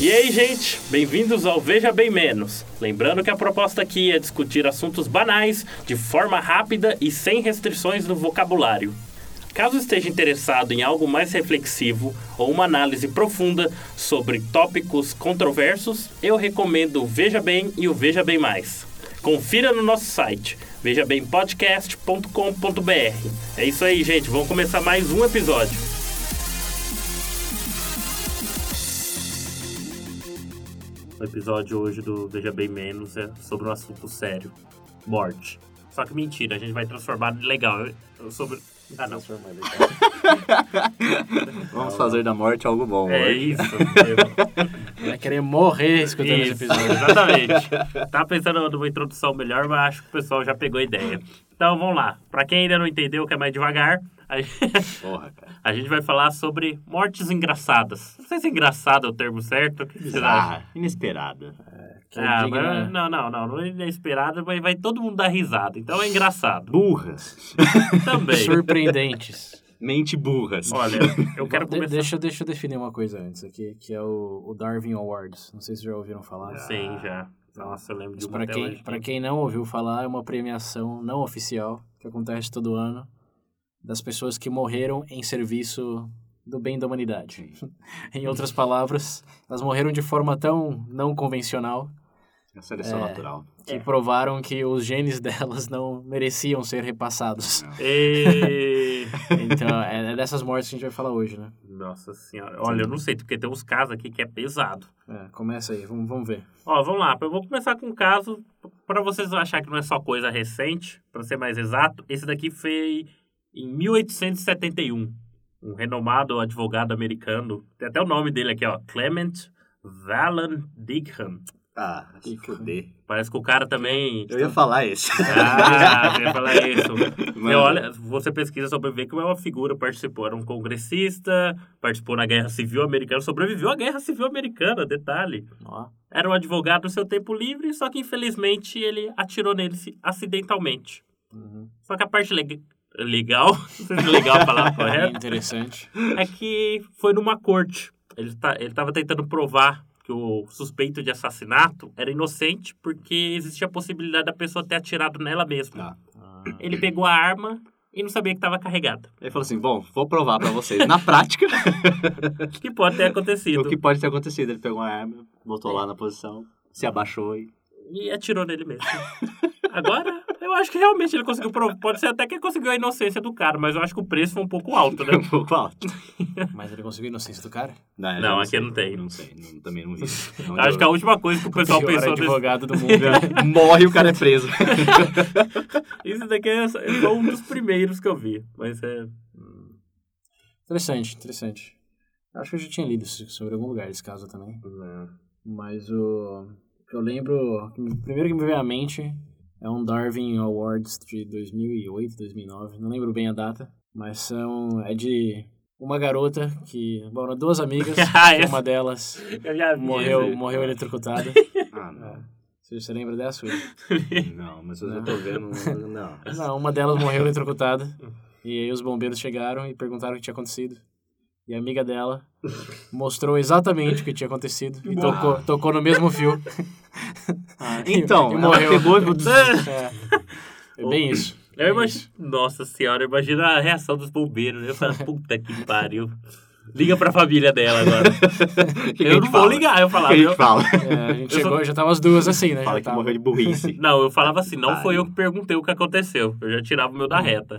E aí, gente, bem-vindos ao Veja Bem Menos. Lembrando que a proposta aqui é discutir assuntos banais, de forma rápida e sem restrições no vocabulário. Caso esteja interessado em algo mais reflexivo ou uma análise profunda sobre tópicos controversos, eu recomendo o Veja Bem e o Veja Bem Mais. Confira no nosso site, vejabempodcast.com.br. É isso aí, gente, vamos começar mais um episódio. O episódio hoje do Veja Bem Menos é sobre um assunto sério: morte. Só que mentira, a gente vai transformar em legal. Eu- eu Sobre. Ah, não. Vamos fazer da morte algo bom. É hoje. isso. Vai querer morrer escutando esse isso episódio. exatamente. Tava pensando numa introdução melhor, mas acho que o pessoal já pegou a ideia. Então vamos lá. Pra quem ainda não entendeu, que é mais devagar, a gente, Porra, cara. a gente vai falar sobre mortes engraçadas. Não sei se engraçado é o termo certo. O que vocês acham? Ah, inesperada. Que é Ah, digna- mas, não, não, não, não é inesperado, mas vai todo mundo dar risada. Então é engraçado. Burras. Também. Surpreendentes. Mente burras. Olha, eu quero De- começar. deixa, eu- deixa eu definir uma coisa antes aqui, que é o, o Darwin Awards. Não sei se já ouviram falar. Sim, já. Nossa, Ah, eu lembro Mas de pra uma tela quem, pra quem não ouviu falar, é uma premiação não oficial que acontece todo ano das pessoas que morreram em serviço do bem da humanidade. É em outras palavras, elas morreram de forma tão não convencional A seleção É. natural. que provaram que os genes delas não mereciam ser É. repassados. E... Então, é é dessas mortes que a gente vai falar hoje, né? Nossa senhora. Olha, eu não sei, porque tem uns casos aqui que é pesado. É, começa aí, vamos, vamos ver. Ó, vamos lá. Eu vou começar com um caso, pra vocês não acharem que não é só coisa recente, pra ser mais exato. Esse daqui foi em 1871. Um renomado advogado americano, tem até o nome dele aqui, ó, Clement Valen Dickham. Ah, se fuder. Parece que o cara também... Eu ia falar esse. Ah, eu ia falar isso. Mano. E olha, você pesquisa sobre ver como é uma figura participou. Era um congressista, participou na Guerra Civil Americana, sobreviveu à Guerra Civil Americana, detalhe. Ó, Era um advogado no seu tempo livre, só que infelizmente ele atirou nele se- acidentalmente. uhum. Só que a parte leg- legal, não sei se é legal a palavra Bem correta, interessante. é que foi numa corte. Ele, tá, ele tava tentando provar que o suspeito de assassinato era inocente, porque existia a possibilidade da pessoa ter atirado nela mesma. Tá. Ah, Ele pegou a arma e não sabia que estava carregada. Ele falou assim: bom, vou provar pra vocês. Na prática, Que pode ter acontecido. o que pode ter acontecido. Ele pegou uma arma, botou lá na posição, se abaixou e. E atirou nele mesmo. Agora, eu acho que realmente ele conseguiu provar. Pode ser até que ele conseguiu a inocência do cara, mas eu acho que o preço foi um pouco alto, né? Um pouco alto. mas ele conseguiu a inocência do cara? eu Não, aqui sei. não tem. é, Não sei, não- também não vi. Não Acho que a última coisa que o pessoal Pior pensou nesse... advogado do mundo. Morre o cara é preso. Isso daqui é só- é só um dos primeiros que eu vi. Mas é. interessante, interessante. Eu Acho que eu já tinha lido isso sobre algum lugar esse caso também. É. Mas o o que eu lembro, o primeiro que me veio à mente é um Darwin Awards de 2008, 2009, não lembro bem a data, mas são é de uma garota que, bom, duas amigas, Ah, que essa- é uma delas Eu já vi. morreu, esse- morreu eletrocutada. Ah, não. Você, você lembra dessa? Will? É. Não, mas eu já tô vendo. Não. Não, uma delas morreu eletrocutada. E aí os bombeiros chegaram e perguntaram o que tinha acontecido. E a amiga dela mostrou exatamente o que tinha acontecido. E tocou, tocou no mesmo fio. Então, E ela morreu. pegou e- É, é bem isso. Eu imagino. Nossa senhora, eu imagino a reação dos bombeiros. né? Eu falo, puta que pariu. Liga pra família dela agora. O que que a Eu gente não vou fala? ligar, eu O que a falava. gente Eu, fala? É, a gente Eu chegou, já tava as duas assim, né? Fala já que tava. morreu de burrice. não, eu falava assim, não foi Pariu. eu que perguntei o que aconteceu. Eu já tirava o meu da reta.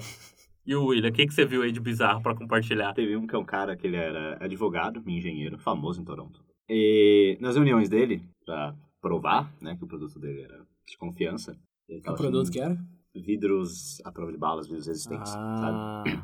E o William, o que, que você viu aí de bizarro pra compartilhar? Teve um que é um cara que ele era advogado, engenheiro, famoso em Toronto. E nas reuniões dele, pra provar, né, que o produto dele era de confiança. Ele Que tava produto com que era? Vidros à prova de balas, vidros resistentes, Ah, sabe? Ah,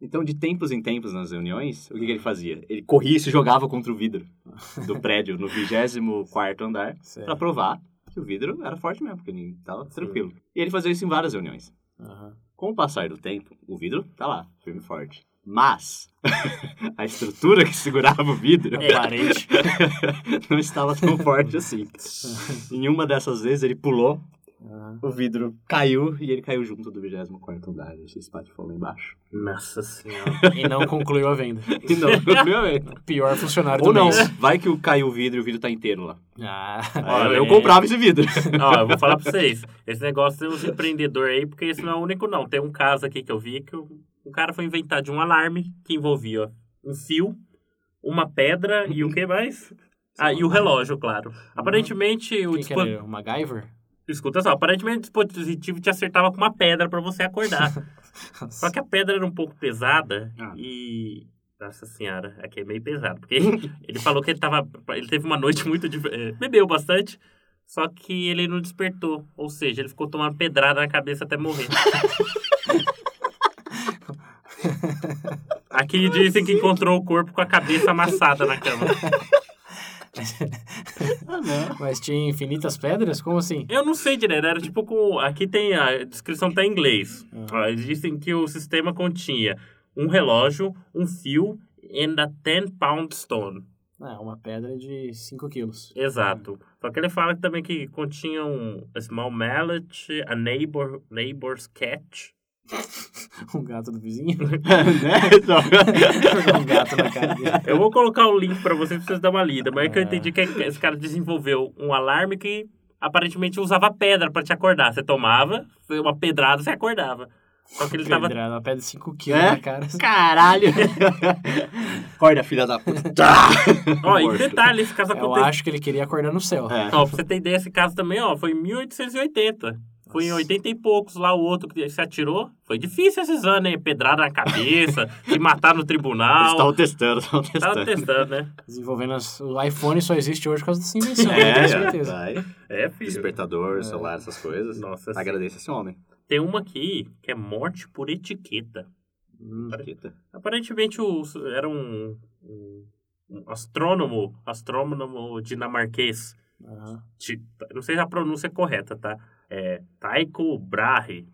Então, de tempos em tempos nas reuniões, o que, que ele fazia? Ele corria e se jogava contra o vidro do prédio, no 24 andar, sério. pra provar que o vidro era forte mesmo, porque ele tava tranquilo. E ele fazia isso em várias reuniões. Aham. Com o passar do tempo, o vidro tá lá, firme e forte. Mas a estrutura que segurava o vidro É parente. não estava tão forte assim. em uma dessas vezes ele pulou, Aham. O vidro caiu e ele caiu junto do 24 andar. Ele se espatifou lá embaixo. Nossa senhora. E não concluiu a venda. E não, meu bem. Pior funcionário Ou do não, mês. vai que o- caiu o vidro e o vidro tá inteiro lá. Ah, Olha, Aí eu é. comprava esse vidro. Ó, eu vou falar pra vocês. Esse negócio tem uns empreendedores aí, porque esse não é o único, não. Tem um caso aqui que eu vi que o, o cara foi inventar de um alarme que envolvia um fio, uma pedra e o que mais? Ah, e o relógio, claro. Aparentemente, o quem que tipo, dispo... era? O MacGyver? Escuta só, aparentemente o dispositivo te acertava com uma pedra pra você acordar. Só que a pedra era um pouco pesada Ah. e. Nossa senhora, aqui é meio pesado. Porque ele falou que ele tava. Ele teve uma noite muito. dif- eh, Bebeu bastante. Só que ele não despertou. Ou seja, ele ficou tomando pedrada na cabeça até morrer. Aqui dizem que encontrou o corpo com a cabeça amassada na cama. Ah, não. Mas tinha infinitas pedras? Como assim? Eu não sei direito, era tipo com. Aqui tem. A descrição tá em inglês. Ó, eles dizem que o sistema continha um relógio, um fio e a 10 pound stone. Ah, uma pedra de 5 quilos. Exato. Só que ele fala também que continha um small mallet, a neighbor, neighbor's cat. Um gato do vizinho? né? um gato na cara dele. Eu vou colocar o link pra vocês pra vocês darem uma lida, mas é que eu entendi que esse cara desenvolveu um alarme que aparentemente usava pedra pra te acordar. Você tomava, foi uma pedrada, você acordava. Só que ele tava Pedrada, uma pedra de 5 quilos É? na cara. Caralho. Acorda, filha da puta. Ó, e Morto. detalhe, esse caso Eu aconteceu. acho que ele queria acordar no céu. É. Ó, pra você ter ideia, esse caso também, ó, foi em 1880. Foi em Nossa. 80 e poucos lá o outro que se atirou. Foi difícil esses anos, hein? Pedrada na cabeça, se matar no Eles tribunal. estavam testando, estavam Tava testando. testando, né? Desenvolvendo as... O iPhone só existe hoje por causa dessa invenção, eu É, tenho certeza. vai. É, filho. Despertador, celular, essas coisas. Nossa, Tá sim. Agradeço esse homem. Tem uma aqui que é morte por etiqueta. Hum, Bonita. Aparentemente o, era um, um, um astrônomo, astrônomo dinamarquês. aham. Ti- Não sei se a pronúncia é correta, tá? É Taiko Brahe.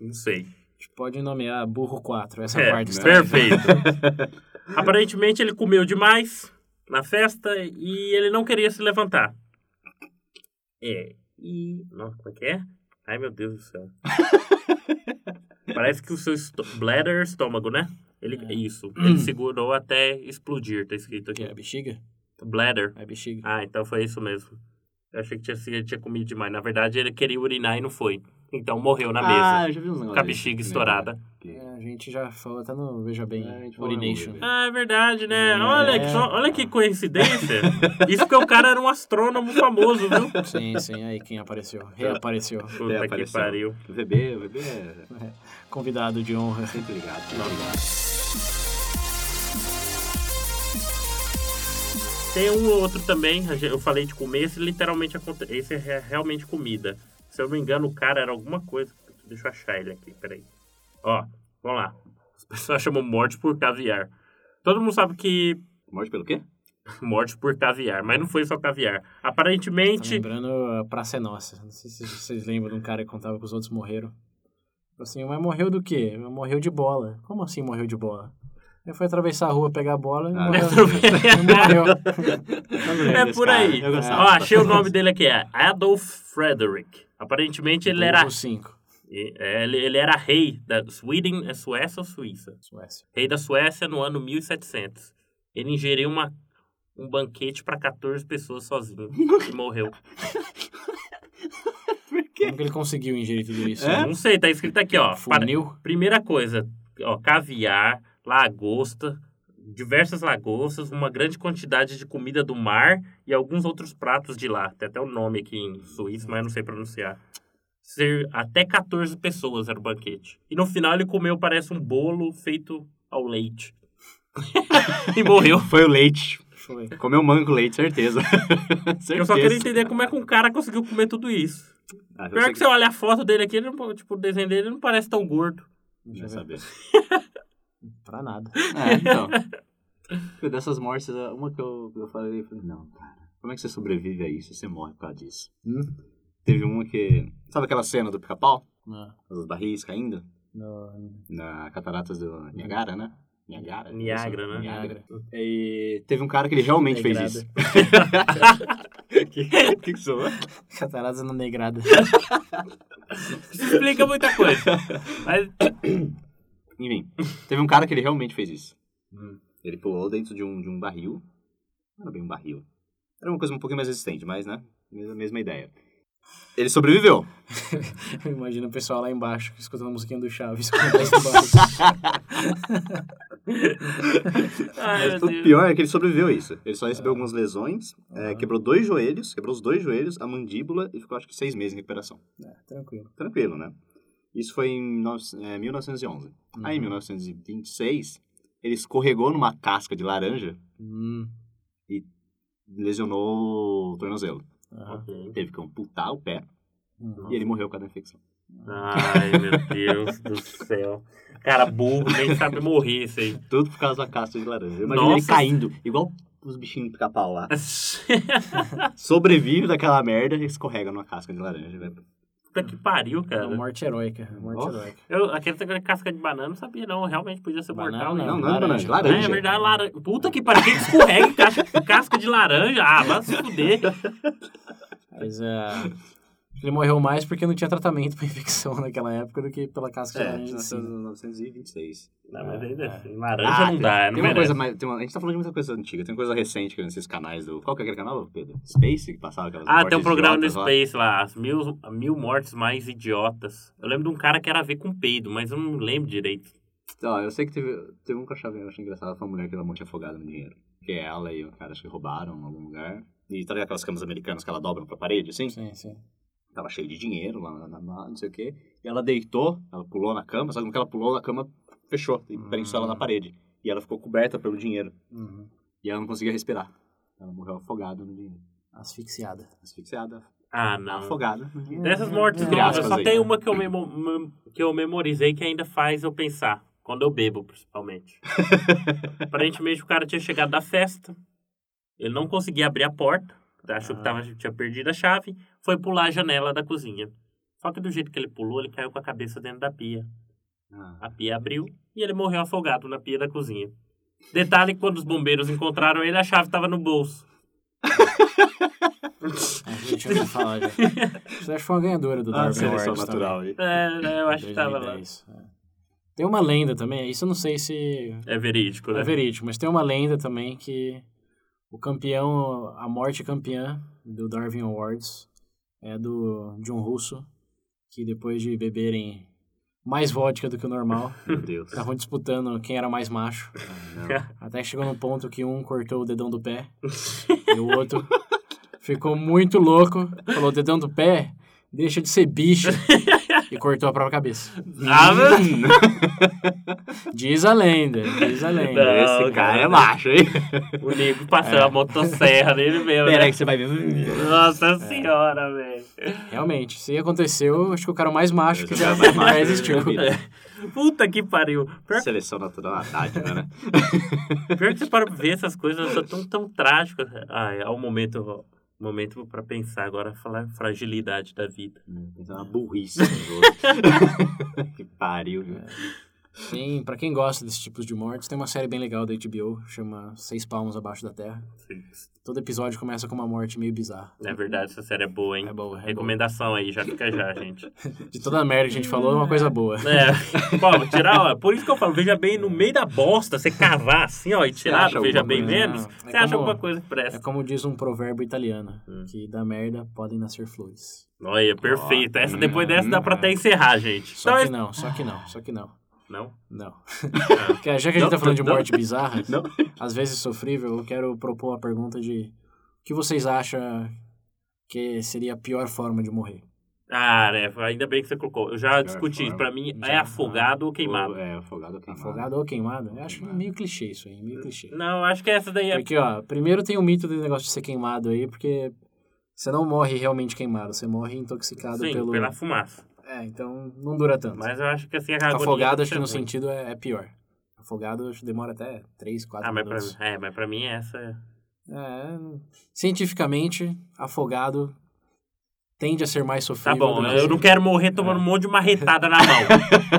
Não sei. A gente pode nomear burro 4, essa É, parte. está- perfeito. Aparentemente ele comeu demais na festa e ele não queria se levantar. É, e. Nossa, como é que é? Ai meu Deus do céu. Parece que o seu esto- bladder, estômago, né? Ele, É. Isso. Ele segurou até explodir, tá escrito O quê? aqui. é A bexiga? É Bladder. A bexiga. Ah, então foi isso mesmo. Eu achei que tinha, ele tinha comido demais. Na verdade, ele queria urinar e não foi. Então morreu na mesa. Ah, eu já vi uns negócios. né? com a bexiga estourada. É, a gente já falou até no Veja Bem, É, a gente falou no Urination. Veja Ah, é verdade, né? É. Olha, que, só- olha que coincidência. Isso porque o cara era um astrônomo famoso, viu? Sim, sim, aí quem apareceu? Reapareceu. Puta que apareceu. pariu. O bebê, o bebê é Convidado de honra. sempre ligado. sempre ligado. Tem um outro também, a gen- eu falei de comer, esse literalmente acontece. Esse é re- realmente comida. Se eu não me engano, o cara era alguma coisa. Deixa eu achar ele aqui, peraí. Ó, vamos lá. As pessoas chamam morte por caviar. Todo mundo sabe que Morte pelo quê? morte por caviar, mas não foi só caviar. Tá Aparentemente, lembrando a Praça é Nossa. Não sei se vocês lembram de um cara que contava que os outros morreram. Falou Assim, mas morreu do quê? Morreu de bola. Como assim morreu de bola? Ele foi atravessar a rua, pegar a bola e Ah, morreu. atravessar. morreu. É por aí. Eu gostava. Ó, achei o nome dele aqui, é Adolf Frederick. Aparentemente ele era, Então, é, Burro cinco. ele, ele era rei da Sweden, é Suécia ou Suíça? Suécia. Rei da Suécia no ano 1700. Ele ingeriu uma, um banquete para 14 pessoas sozinho e morreu. Como que ele conseguiu ingerir tudo isso? É? Não sei, tá escrito aqui, ó. para- Funil? primeira coisa, ó, caviar, lagosta, diversas lagostas, uma grande quantidade de comida do mar e alguns outros pratos de lá. Tem até o nome aqui em suíço, mas eu não sei pronunciar. Ser até 14 pessoas era o banquete. E no final ele comeu, parece um bolo feito ao leite. e morreu. Foi o leite. Foi. Comeu manga com leite, certeza. certeza. Eu só queria entender como é que um cara conseguiu comer tudo isso. Ah, eu Pior sei que você olha a foto dele aqui, ele não- tipo, o desenho dele ele não parece tão gordo. Deixa Não eu ver. saber. Pra nada. É, então. Dessas mortes, uma que eu, eu falei, eu falei, não, cara, como é que você sobrevive a isso? Você morre por causa disso. Hum? Teve uma que. Sabe aquela cena do pica-pau? Não. As barris caindo? Não. Na Cataratas do Niagara, né? Niagara? Niagara, né? Niagara. E teve um cara que ele realmente fez isso. que, que que sou? Cataratas na negrada. Isso explica muita coisa. Mas Enfim, teve um cara que ele realmente fez isso. Hum. Ele pulou dentro de um, de um barril. Não era bem um barril. Era uma coisa um pouquinho mais resistente, mas, né? Mesma, mesma ideia. Ele sobreviveu. Eu imagino o pessoal lá embaixo escutando a musiquinha do Chaves. com o braço do barco. Ai, meu o Deus. É. pior é que ele sobreviveu a isso. Ele só recebeu algumas lesões, é, quebrou dois joelhos, quebrou os dois joelhos, a mandíbula e ficou acho que seis meses em recuperação. É, tranquilo. tranquilo, né? Isso foi em nove- é, 1911. Aí, Uhum. em 1926, ele escorregou numa casca de laranja Hum, e lesionou o tornozelo. aham. Teve que amputar o pé Uhum. e ele morreu por causa da infecção. Ai, meu Deus do céu. Cara, burro, nem sabe morrer isso aí. Tudo por causa da casca de laranja. Imagina ele Nossa. caindo, igual os bichinhos do pica-pau lá. Sobrevive daquela merda e escorrega numa casca de laranja. velho. Puta que pariu, É uma cara. morte heroica. é uma Morte Nossa. heroica. Eu, aquele negócio de casca de banana, não sabia não. Realmente podia ser Banana, mortal. né? Não, não é Laranja. laranja. É, laranja. é verdade, laranja. Puta que pariu, que escorrega em casca, casca de laranja. Ah, vai se fuder. Mas é. Ele morreu mais porque não tinha tratamento pra infecção naquela época do que pela casca de É, laranja em si. 1926. Não, mas ainda assim, laranja não dá, não é, Ah, tem uma merece. coisa mais, tem uma- A gente tá falando de muita coisa antiga, tem coisa recente que nesses canais do. Qual que é aquele canal, Pedro? Space, que passava aquelas Ah, tem um mortes programa do idiotas lá. Space lá, as mil, mil mortes mais idiotas. Eu lembro de um cara que era a ver com peido, mas eu não lembro direito. Ó, eu sei que teve, teve um que eu achava, eu achei engraçado, foi uma mulher que ela morte afogada no dinheiro. Que é ela e o cara acho que roubaram em algum lugar. E tá ligado aquelas camas americanas que ela dobra pra parede, assim? Sim, sim. Tava cheio de dinheiro lá, na- na- na- não sei o quê. E ela deitou, ela pulou na cama, só que no que ela pulou, a cama fechou e prensou ela na parede. E ela ficou coberta pelo dinheiro. Uhum. E ela não conseguia respirar. Ela morreu afogada no dinheiro. Asfixiada. Asfixiada, Ah, não. afogada no dinheiro. Dessas mortes Entre novas, aspas só aí, tem né? uma que eu, memo- mem- que eu memorizei que ainda faz eu pensar. Quando eu bebo, principalmente. Aparentemente o cara tinha chegado da festa, ele não conseguia abrir a porta, né, achou que Ah. tava, tinha perdido a chave, foi pular a janela da cozinha. Só que do jeito que ele pulou, ele caiu com a cabeça dentro da pia. Ah, A pia abriu e ele morreu afogado na pia da cozinha. Detalhe que quando os bombeiros encontraram ele, a chave estava no bolso. A É, gente ouviu falar já. Você acha que foi uma ganhadora do Darwin seleção Awards também. Ah, natural aí. É, eu acho que estava lá. 2010, é. Tem uma lenda também, isso eu não sei se É verídico, né? é verídico, mas tem uma lenda também que o campeão, a morte campeã do Darwin Awards é do John Russo, que depois de beberem mais vodka do que o normal, Meu Deus. estavam disputando quem era mais macho. Até chegou num ponto que um cortou o dedão do pé e o outro ficou muito louco, falou: dedão do pé, deixa de ser bicho, e cortou a própria cabeça. Ah, mas- Diz a lenda, diz a lenda. Não, Esse cara cara. é macho, hein? o nego passou a motosserra nele mesmo, Pera aí né? que você vai ver. Nossa senhora, velho. Realmente, se aconteceu, acho que o cara mais macho que Esse já, cara mais macho já existiu. da vida. Puta que pariu. Pior, Seleção natural à tarde, né? pior que você para pra ver essas coisas, são tão, tão trágicas. Ai, é um momento, momento pra pensar agora, falar fragilidade da vida. Isso é uma burrice. né? que pariu, viu? Tem, pra quem gosta desses tipos de mortes, tem uma série bem legal da HBO, chama Seis Palmos Abaixo da Terra. Todo episódio começa com uma morte meio bizarra. É verdade, essa série é boa, hein? É boa, é boa. Recomendação aí, já fica já, gente. De toda a merda que a gente falou, é uma coisa boa. É, bom, tirar, ó, por isso que eu falo, veja bem no meio da bosta, você cavar assim, ó, e tirar, acha do veja alguma bem coisa? menos, Não, é você como- acha alguma coisa que É presta. como diz um provérbio italiano, Hum. que da merda podem nascer flores. Olha, perfeito. Essa, hum, depois dessa dá pra hum. até encerrar, gente. Só Então, que é- não, só que não, só que não. Não? Não. Porque já que a gente tá falando de não. morte bizarra, Não. às vezes é sofrível, eu quero propor a pergunta de o que vocês acham que seria a pior forma de morrer? Ah, né, ainda bem que você colocou. Eu já discuti isso, forma. pra mim é É, Já. afogado ou queimado. Ou, É, afogado ou queimado. Afogado ou queimado? Eu acho meio clichê isso aí, meio clichê. Não, acho que essa daí é... Porque, ó, primeiro tem o mito do negócio de ser queimado aí, porque você não morre realmente queimado, você morre intoxicado Sim, pelo... pela fumaça. É, então não dura tanto. Mas eu acho que assim... A agonia Afogado, deve acho que ser no ruim. sentido é, é pior. Afogado, acho que demora até 3, 4 Ah, mas pra, minutos. é, mas pra mim essa é... É, cientificamente, afogado tende a ser mais Tá sofrível. bom, do que- eu não quero morrer tomando É. um monte de marretada na mão.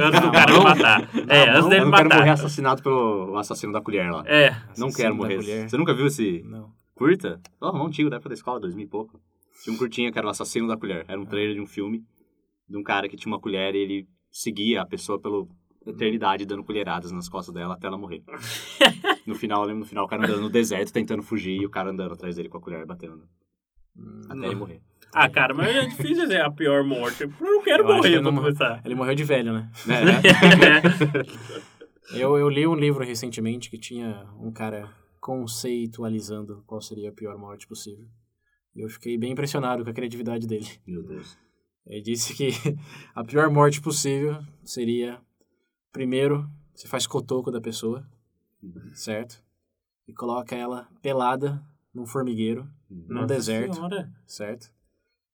antes do cara me matar. É, Na antes mão? dele Eu me não quero morrer matar. assassinado pelo assassino da colher lá. É. Não Assassino quero da morrer. colher. Você nunca viu esse Não. curta? Oh, não, antigo, da época da escola, 2000 e pouco. Tinha um curtinha que era o assassino da colher. Era um trailer de um filme de um cara que tinha uma colher e ele seguia a pessoa pela eternidade dando colheradas nas costas dela até ela morrer. no final, eu lembro no final, o cara andando no deserto tentando fugir e o cara andando atrás dele com a colher batendo. Até ele morrer. Ah, cara, mas é difícil dizer a pior morte. Eu não quero Eu acho que morrer ele pra não- começar. É. Ele morreu de velho, né? Né, né? Eu, eu li um livro recentemente que tinha um cara conceitualizando qual seria a pior morte possível. E eu fiquei bem impressionado com a criatividade dele. Meu Deus. Ele disse que a pior morte possível seria: primeiro, você faz cotoco da pessoa, certo? E coloca ela pelada num formigueiro, num Nossa deserto, Senhora. certo?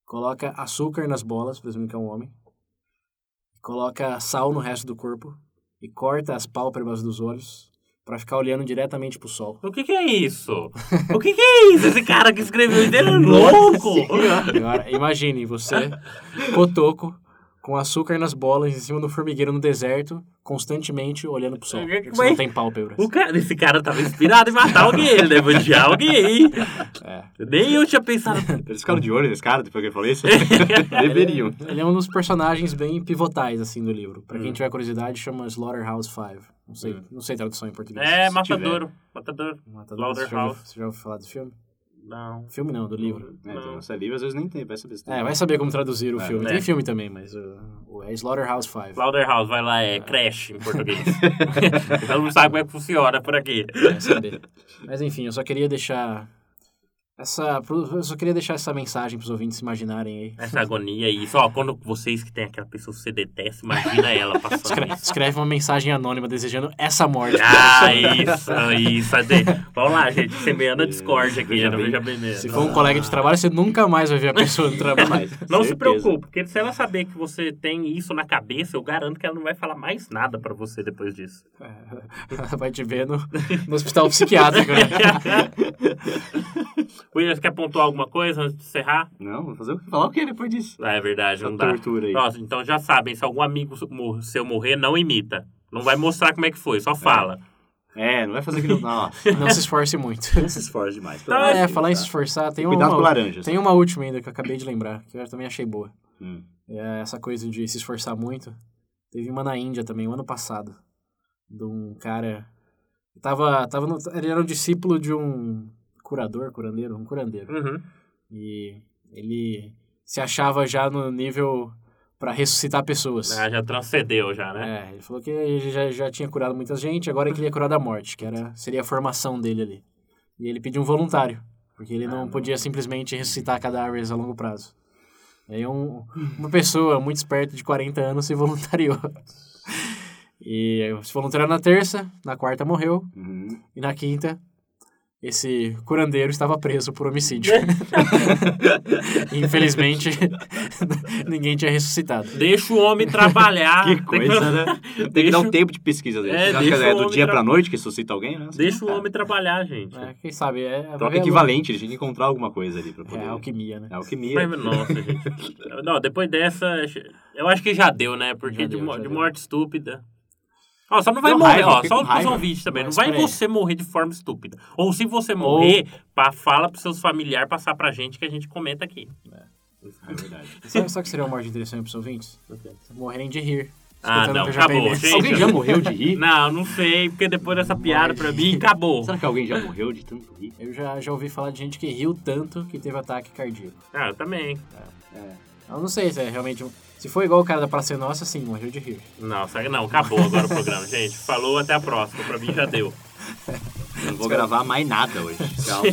Coloca açúcar nas bolas, presumindo que é um homem. Coloca sal no resto do corpo e corta as pálpebras dos olhos pra ficar olhando diretamente pro sol. O que que é isso? O que que é isso? Esse cara que escreveu isso, ele é louco! Agora, imagine você, cotoco, com açúcar nas bolas, em cima do formigueiro no deserto, constantemente olhando pro sol. Porque você não tem pálpebras. O cara, esse cara tava inspirado em matar alguém, ele deve odiar alguém. É. Nem eu tinha pensado. Eles ficaram de olho nesse cara depois que eu falei isso? Deveriam. Ele é um dos personagens bem pivotais, assim, do livro. Pra Hum. quem tiver curiosidade, chama Slaughterhouse 5. Não sei, não sei tradução em português. É, Se matadouro. Matador. Matador, você já ouviu- Slaughterhouse. Você já ouviu falar do filme? Não. Filme não, do livro. É, então, essa livre às vezes nem tem, vai saber se tem. É, vai saber como traduzir o É. filme. É. Tem filme também, mas o, o- é Slaughterhouse 5. Slaughterhouse, vai lá, é creche em português. Todo mundo sabe como é que funciona por aqui. Vai saber. Mas enfim, eu só queria deixar essa, eu só queria deixar essa mensagem pros ouvintes se imaginarem aí. Essa agonia e isso, ó, quando vocês que tem aquela pessoa que você detesta, imagina ela passando Escre- isso. Escreve uma mensagem anônima desejando essa morte. Ah, isso, isso. Ade- Vamos lá, gente, semeando a discórdia aqui, já não veja bem mesmo. Se for um colega de trabalho, você nunca mais vai ver a pessoa no trabalho. Mas, Não certeza. se preocupe, porque se ela saber que você tem isso na cabeça, eu garanto que ela não vai falar mais nada pra você depois disso. Ela Vai te ver no, no hospital psiquiátrico. Né? Williams, quer pontuar alguma coisa antes de encerrar? Não, vou fazer o que? Falar o que depois disso? Ah, é verdade, Essa não dá. tortura aí. Nossa, então já sabem, se algum amigo su- mor- seu morrer, não imita. Não vai mostrar como é que foi, só fala. É, não vai fazer aquilo. Não, Não se esforce muito. não se esforce demais. pelo Não, amor de É, Deus, falar em tá? se esforçar, tem um Cuidado com uma, laranjas. tem uma última ainda que eu acabei de lembrar, que eu também achei boa. Hum. É essa coisa de se esforçar muito. Teve uma na Índia também, o ano passado. De um cara. Tava, tava no- ele era um discípulo de um curador, curandeiro, um É. curandeiro. Uhum. E ele se achava já no nível pra ressuscitar pessoas. Ah, já transcendeu, já, né? É, ele falou que ele já, já tinha curado muita gente, agora ele queria curar da morte, que era, seria a formação dele ali. E ele pediu um voluntário, porque ele não podia simplesmente ressuscitar cadáveres a longo prazo. E aí um, uma pessoa muito esperta de 40 anos se voluntariou. E se voluntariou na terça, na quarta morreu, Uhum. e na quinta esse curandeiro estava preso por homicídio. Infelizmente, ninguém tinha ressuscitado. Deixa o homem trabalhar. Que coisa, né? Tem que dar um Deixa- tempo de pesquisa dele. É, Você acha deixa que é o do homem dia tra- pra noite que suscita alguém, né? Deixa o Cara, homem trabalhar, gente. É, quem sabe? É, vai Troca ver a luz. equivalente, ele tinha que encontrar alguma coisa ali pra poder. É alquimia, né? É alquimia. Mas, nossa, gente. Não, depois dessa, eu acho que já deu, né? Porque Já de, deu, mo- já de deu. morte estúpida. Ó, só não vai Com morrer, raiva, ó. fiquei Só com os raiva. ouvintes também. Mas não vai peraí. você morrer de forma estúpida. Ou se você morrer, pá, fala pros seus familiares passar pra gente que a gente comenta aqui. É verdade. Sabe, sabe o que seria uma morte interessante para os ouvintes? Morrerem de rir. Ah, Escutando não, que eu já acabou, tenho. gente. Alguém já morreu de rir? Não, não sei, porque depois dessa piada pra mim, acabou. Será que alguém já morreu de tanto rir? Eu já, já ouvi falar de gente que riu tanto que teve ataque cardíaco. Ah, eu também. Eu não sei se é realmente... um- Se for igual o cara da Praça é Nossa, sim, morreu de rir. Não, sabe- não, acabou agora o programa, gente. Falou, até a próxima. Pra mim já deu. Eu não vou gravar mais nada hoje. Tchau.